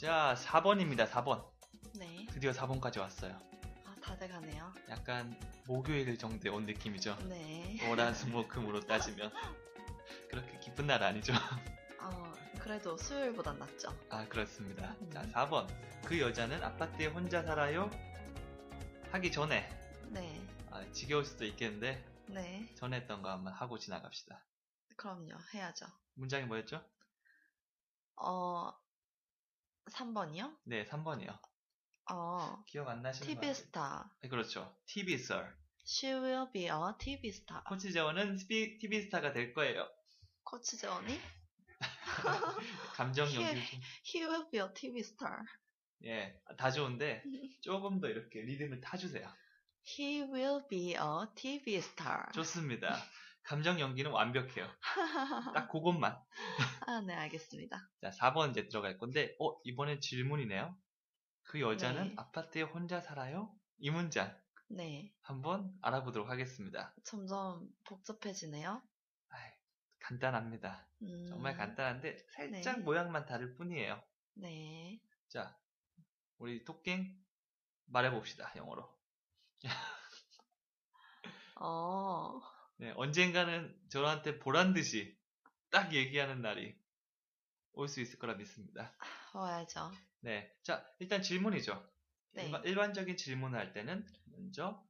자, 4번입니다. 4번. 네. 드디어 4번까지 왔어요. 아, 다들 가네요. 약간 목요일 정도에 온 느낌이죠. 네. 월화수목금으로 따지면 그렇게 기쁜 날 아니죠. 어, 그래도 수요일보단 낫죠. 아 그렇습니다. 자 4번 그 여자는 아파트에 혼자 살아요. 하기 전에 네. 아, 지겨울 수도 있겠는데 네. 전에 했던 거 한번 하고 지나갑시다. 그럼요. 해야죠. 문장이 뭐였죠? 어, 3번이요? 네 3번이요. 어, 기억 안 나시는 TV 스타. 네, 그렇죠. TV star. She will be a TV star. 코치 재원은 TV 스타가 될 거예요. 코치 재원이? 감정 연기 예. 좀. He will be a TV star. 예, 다 좋은데 조금 더 이렇게 리듬을 타주세요. 아. He will be a TV star. 좋습니다. 감정 연기는 완벽해요. 딱 그것만. 아, 네, 알겠습니다. 자, 4번 이제 들어갈 건데, 어, 이번엔 질문이네요. 그 여자는 네. 아파트에 혼자 살아요? 이 문장 네. 한번 알아보도록 하겠습니다. 점점 복잡해지네요. 아이, 간단합니다. 음, 정말 간단한데, 살짝 네. 모양만 다를 뿐이에요. 네. 자, 우리 토깽 말해봅시다, 영어로. 어, 네, 언젠가는 저한테 보란 듯이 딱 얘기하는 날이 올 수 있을 거라 믿습니다. 와야죠. 네, 자, 일단 질문이죠. 네. 일반, 일반적인 질문을 할 때는 먼저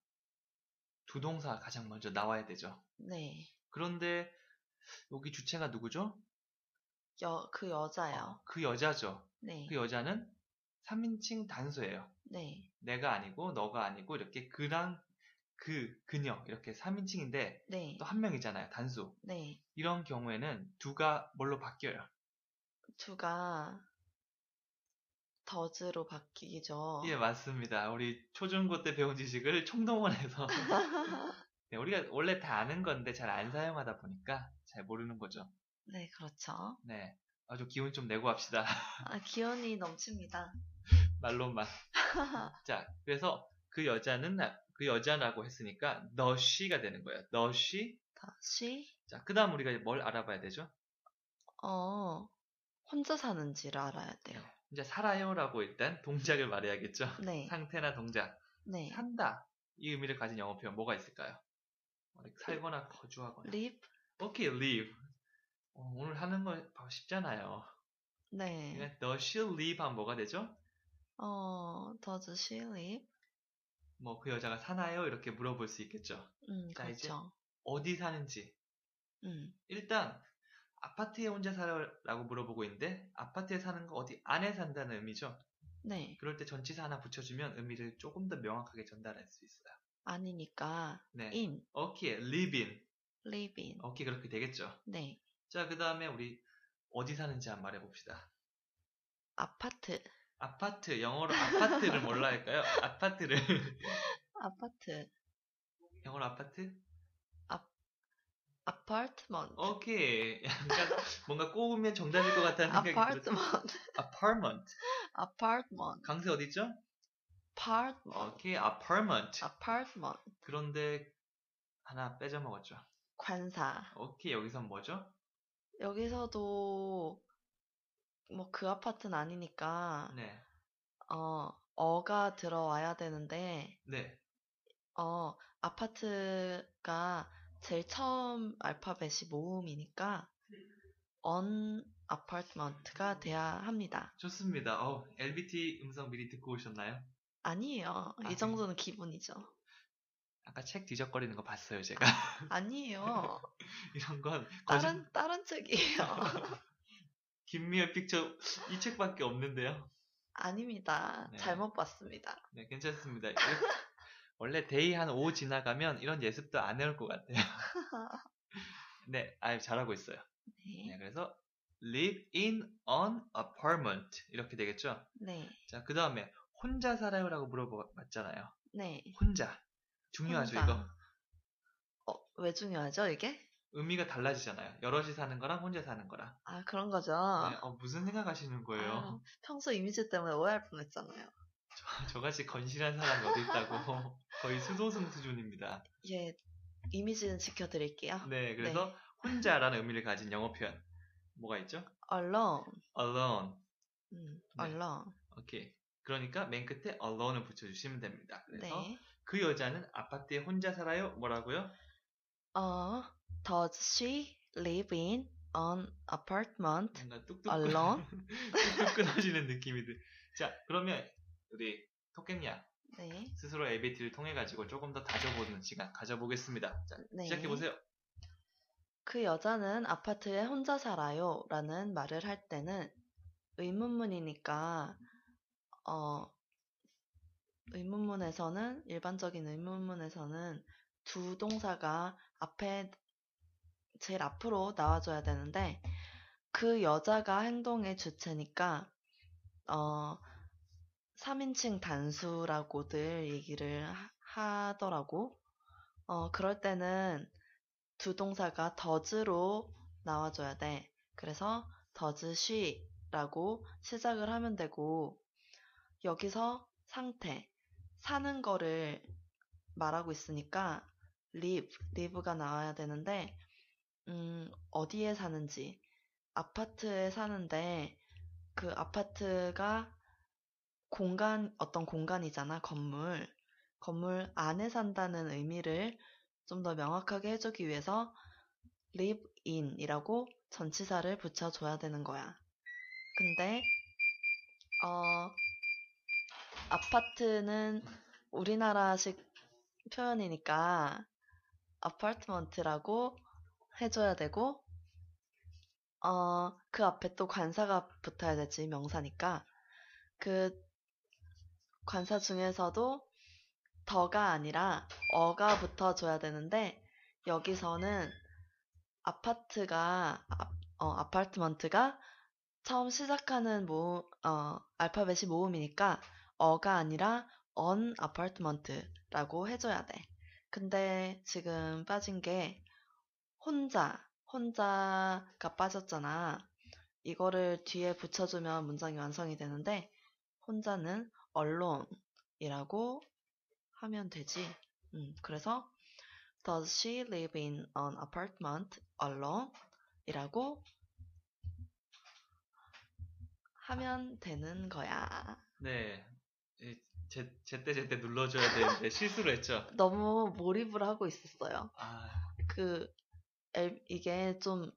두 동사가 가장 먼저 나와야 되죠. 네. 그런데 여기 주체가 누구죠? 여, 그 여자요. 그 여자죠. 네. 그 여자는 3인칭 단수예요. 네. 내가 아니고 너가 아니고 이렇게 그랑 그, 그녀 이렇게 3인칭인데 네. 또 한 명이잖아요. 단수. 네. 이런 경우에는 두가 뭘로 바뀌어요? 두가 더즈로 바뀌죠. 예, 맞습니다. 우리 초중고 때 배운 지식을 총동원해서 네, 우리가 원래 다 아는 건데 잘 안 사용하다 보니까 잘 모르는 거죠. 네, 그렇죠. 네. 아주 기운 좀 내고 합시다. 아, 기운이 넘칩니다. 말로만. 자, 그래서 그 여자는 나- 그 여자라고 했으니까 너 she가 되는 거예요. 너 she. 다시, 자, 그다음 우리가 이제 뭘 알아봐야 되죠? 어, 혼자 사는지를 알아야 돼요. 이제 살아요라고 일단 동작을 말해야겠죠. 네. 상태나 동작. 네. 산다. 이 의미를 가진 영어 표현 뭐가 있을까요? 어, 살거나 거주하거나. 립? 오케이, live. 어, 오늘 하는 거 쉽잖아요. 네. 너 she'll live 하면 뭐가 되죠? 어, 더즈 시 립? 뭐 그 여자가 사나요? 이렇게 물어볼 수 있겠죠. 음, 자, 이제- 그렇죠. 어디 사는지. 음, 일단 아파트에 혼자 살아라고 물어보고 있는데 아파트에 사는 거 어디 안에 산다는 의미죠. 네. 그럴 때 전치사 하나 붙여주면 의미를 조금 더 명확하게 전달할 수 있어요. 아니니까, 네. 어. in, 오케이, live in. live in. 오케이, 그렇게 되겠죠. 네. 자, 그 다음에 우리 어디 사는지 한번 말해봅시다. 아파트, 아파트, 영어로 아파트를 뭘로 할까요? 아파트를. 아파트, 영어로 아파트? 아파트먼트. 어? 오케이. 약간 뭔가 꼬우면 정답일 것 같다는 생각이 들었어요. 아파트먼트, apartment. 아파트먼트, 강세 어디죠? 아파트먼트, 오케이, apartment. 아파트먼트. 그런데 하나 빼져먹었죠. 관사. 오케이, 여기선 뭐죠? 여기서도 뭐 그 아파트는 아니니까 네. 어 어가 들어와야 되는데 네. 어 아파트가 제일 처음 알파벳이 모음이니까 언 아파트먼트가 돼야 합니다. 좋습니다. 어, LBT 음성 미리 듣고 오셨나요? 아니에요. 아, 이 정도는 기본이죠. 아까 책 뒤적거리는 거 봤어요, 제가. 아니에요. 이런 건 거짓... 다른 다른 책이에요. 김미열 픽처 이 책밖에 없는데요. 아닙니다. 네. 잘못 봤습니다. 네, 괜찮습니다. 이렇게- 원래 데이 한 5 지나가면 이런 예습도 안 해올 것 같아요. 네, 아 잘하고 있어요. 네, 네. 그래서 live in an apartment 이렇게 되겠죠. 네. 자, 그 다음에 혼자 살아요라고 물어봤잖아요. 네. 혼자. 중요하죠, 혼자. 이거. 어, 왜 중요하죠, 이게? 의미가 달라지잖아요. 여럿이 사는 거랑 혼자 사는 거랑. 아, 그런 거죠. 네, 어, 무슨 생각하시는 거예요? 아유, 평소 이미지 때문에 오해할 뻔했잖아요. 저같이 건실한 사람이 어디 있다고. 거의 수도승 수준입니다. 예, 이미지는 지켜드릴게요. 네, 그래서 혼자라는 의미를 가진 영어 표현. 뭐가 있죠? Alone, alone. 음, 네. 알라. 오케이. 그러니까 맨 끝에 alone을 붙여주시면 됩니다. 그래서 네. 그 여자는 아파트에 혼자 살아요. 뭐라고요? 어, does she live in an apartment 뭔가 뚝뚝 alone? 뚝뚝 끊어지는 느낌이 들. 자, 그러면 우리 토끼야 네. 스스로 LBT를 통해 가지고 조금 더 다져보는 시간 가져보겠습니다. 자, 네. 시작해 보세요. 그 여자는 아파트에 혼자 살아요. 라는 말을 할 때는 의문문이니까, 어, 의문문에서는, 일반적인 의문문에서는 두 동사가 앞에, 제일 앞으로 나와줘야 되는데, 그 여자가 행동의 주체니까, 어, 3인칭 단수라고들 얘기를 하- 하더라고. 어, 그럴 때는 두 동사가 does로 나와줘야 돼. 그래서 does she라고 시작을 하면 되고, 여기서 상태, 사는 거를 말하고 있으니까 live, live가 나와야 되는데, 음, 어디에 사는지, 아파트에 사는데, 그 아파트가 공간, 어떤 공간이잖아, 건물. 건물 안에 산다는 의미를 좀 더 명확하게 해주기 위해서 live in 이라고 전치사를 붙여줘야 되는 거야. 근데, 어, 아파트는 우리나라식 표현이니까 아파트먼트라고 해줘야 되고, 어, 그 앞에 또 관사가 붙어야 되지, 명사니까. 그 관사 중에서도 더가 아니라 어가 붙어줘야 되는데 여기서는 아파트가 아, 어, 아파트먼트가 처음 시작하는 모 어, 알파벳이 모음이니까 어가 아니라 on apartment라고 해줘야 돼. 근데 지금 빠진 게 혼자 혼자가 빠졌잖아. 이거를 뒤에 붙여주면 문장이 완성이 되는데 혼자는 alone이라고 하면 되지. 음, 그래서 Does she live in an apartment alone? 이라고 하면 되는 거야. 네. 이 제, 제때 제때 눌러줘야 되는데 실수를 했죠. 너무 몰입을 하고 있었어요. 아, 그 엘- 이게 좀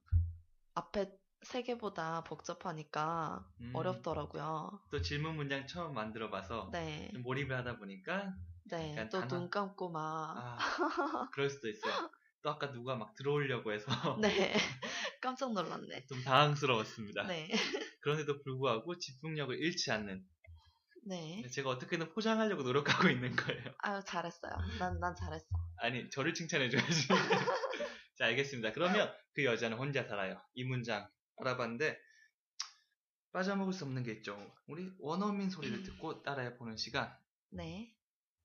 앞에 세 개보다 복잡하니까 음, 어렵더라고요. 또 질문 문장 처음 만들어봐서 네, 좀 몰입을 하다 보니까 네, 음, 약간 또 눈 단어- 감고 막 아, 그럴 수도 있어요. 또 아까 누가 막 들어오려고 해서 네, 깜짝 놀랐네. 좀 당황스러웠습니다. 네, 그런데도 불구하고 집중력을 잃지 않는 네. 제가 어떻게든 포장하려고 노력하고 있는 거예요. 아유, 잘했어요. 난, 난 잘했어. 아니 저를 칭찬해줘야지. 자 알겠습니다. 그러면 그 여자는 혼자 살아요. 이 문장 알아봤는데 빠져먹을 수 없는 게 있죠. 우리 원어민 음. 소리를 듣고 따라해 보는 시간 네.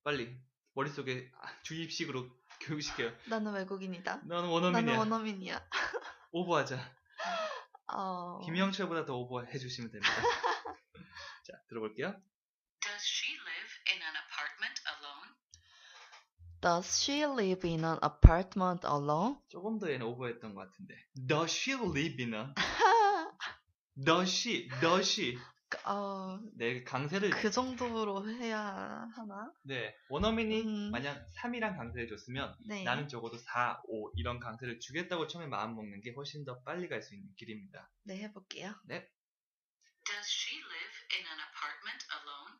빨리 머릿속에 주입식으로 교육시켜요. 나는 외국인이다. 나는 원어민이야. 나는 원어민이야. 오버하자. 어... 김영철보다 더 오버해 주시면 됩니다. 자 들어볼게요. Does she live in an apartment alone? Does she live in an apartment alone? 조금 더 얘는 오버했던 것 같은데. Does she live in a? Does she? Does she? 어, 네, 강세를 Oh, 그 정도로 해야 하나? 네 원어민이 음. 만약 3이랑 강세를 줬으면 네. 나는 적어도 4, 5 이런 강세를 주겠다고 처음에 마음 먹는 게 훨씬 더 빨리 갈 수 있는 길입니다. 네, 해볼게요. Does she live in an apartment alone?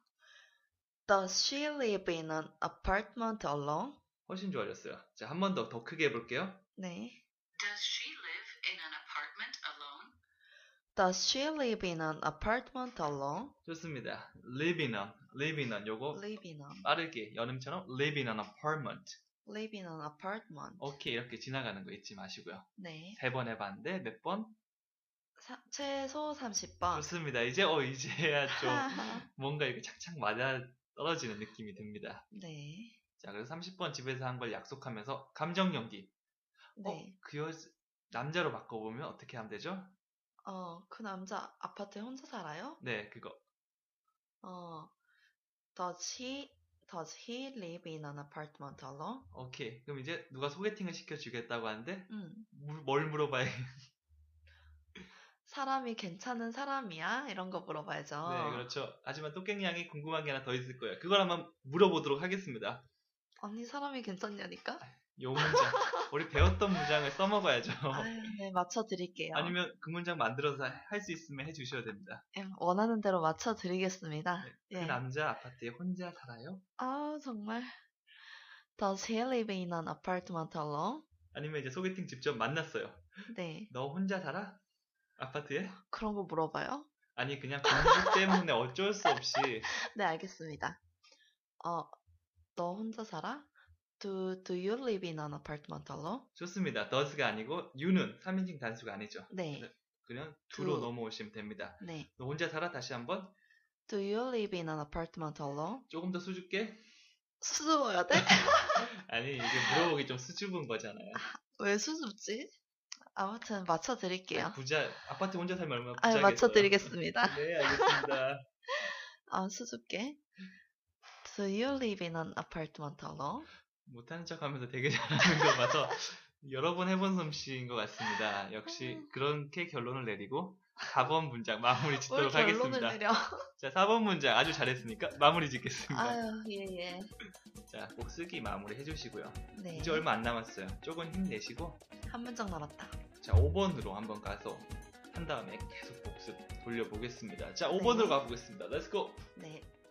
Does she live in an apartment alone? 훨씬 좋아졌어요. 자, 한 번 더 더 크게 해볼게요. 네. Does she live in an apartment alone? Does she live in an apartment alone? 좋습니다. Live in a, live in a 요거 Live in an, 빠르게 여름처럼 live in an apartment. live in an apartment. 오케이 이렇게 지나가는 거 잊지 마시고요. 네. 세 번 해봤는데 몇 번? 사- 최소 30번. 좋습니다. 이제 어 이제야 좀 뭔가 이렇게 착착 맞아 떨어지는 느낌이 듭니다. 네. 자, 그래서 30번 집에서 한 걸 약속하면서 감정 연기. 네. 어, 그 여, 남자로 바꿔보면 어떻게 하면 되죠? 어, 그 남자 아파트에 혼자 살아요? 네, 그거. 어, does he, does he live in an apartment alone? 오케이. 그럼 이제 누가 소개팅을 시켜주겠다고 하는데, 음, 물- 뭘 물어봐야, 사람이 괜찮은 사람이야? 이런 거 물어봐야죠. 네, 그렇죠. 하지만 똑갱이 양이 궁금한 게 하나 더 있을 거예요. 그걸 한번 물어보도록 하겠습니다. 언니 사람이 괜찮냐니까? 요 문장. 우리 배웠던 문장을 써먹어야죠. 아유, 네, 맞춰드릴게요. 아니면 그 문장 만들어서 할 수 있으면 해주셔야 됩니다. 예, 원하는 대로 맞춰드리겠습니다. 그 예. 남자 아파트에 혼자 살아요? 아, 정말. Does he live in an apartment alone? 아니면 이제 소개팅 직접 만났어요. 네, 너 혼자 살아? 아파트에? 그런 거 물어봐요. 아니 그냥 공부 때문에 어쩔 수 없이 네, 알겠습니다. 어, 너 혼자 살아? Do, do you live in an apartment alone? 좋습니다. does가 아니고 you는 3인칭 단수가 아니죠. 네, 네. 그냥 do로 do. 넘어오시면 됩니다. 네. 너 혼자 살아? 다시 한번 Do you live in an apartment alone? 조금 더 수줍게? 수줍어야 돼? 아니 이게 물어보기 좀 수줍은 거잖아요. 왜 수줍지? 아무튼 맞춰드릴게요. 부자 아파트 혼자 살면 얼마나 아, 부자겠어요. 맞춰드리겠습니다. 네 알겠습니다. 아, 수줍게. Do you live in an apartment alone? 못하는 척하면서 되게 잘하는 거 봐서 여러 번 해본 솜씨인 것 같습니다. 역시 그렇게 결론을 내리고 4번 문장 마무리 음. 뭘 짓도록 결론을 하겠습니다. 내려? 자, 4번 문장 아주 잘했으니까 마무리 짓겠습니다. 아유, 예, 예. 자, 복쓰기 마무리 해주시고요. 네. 이제 얼마 안 남았어요. 조금 힘내시고, 한 문장 남았다. 자, 5번으로 한번 가서 한 다음에 계속 복습 돌려보겠습니다. 자, 5번으로 네. 가보겠습니다. 렛츠고! 네.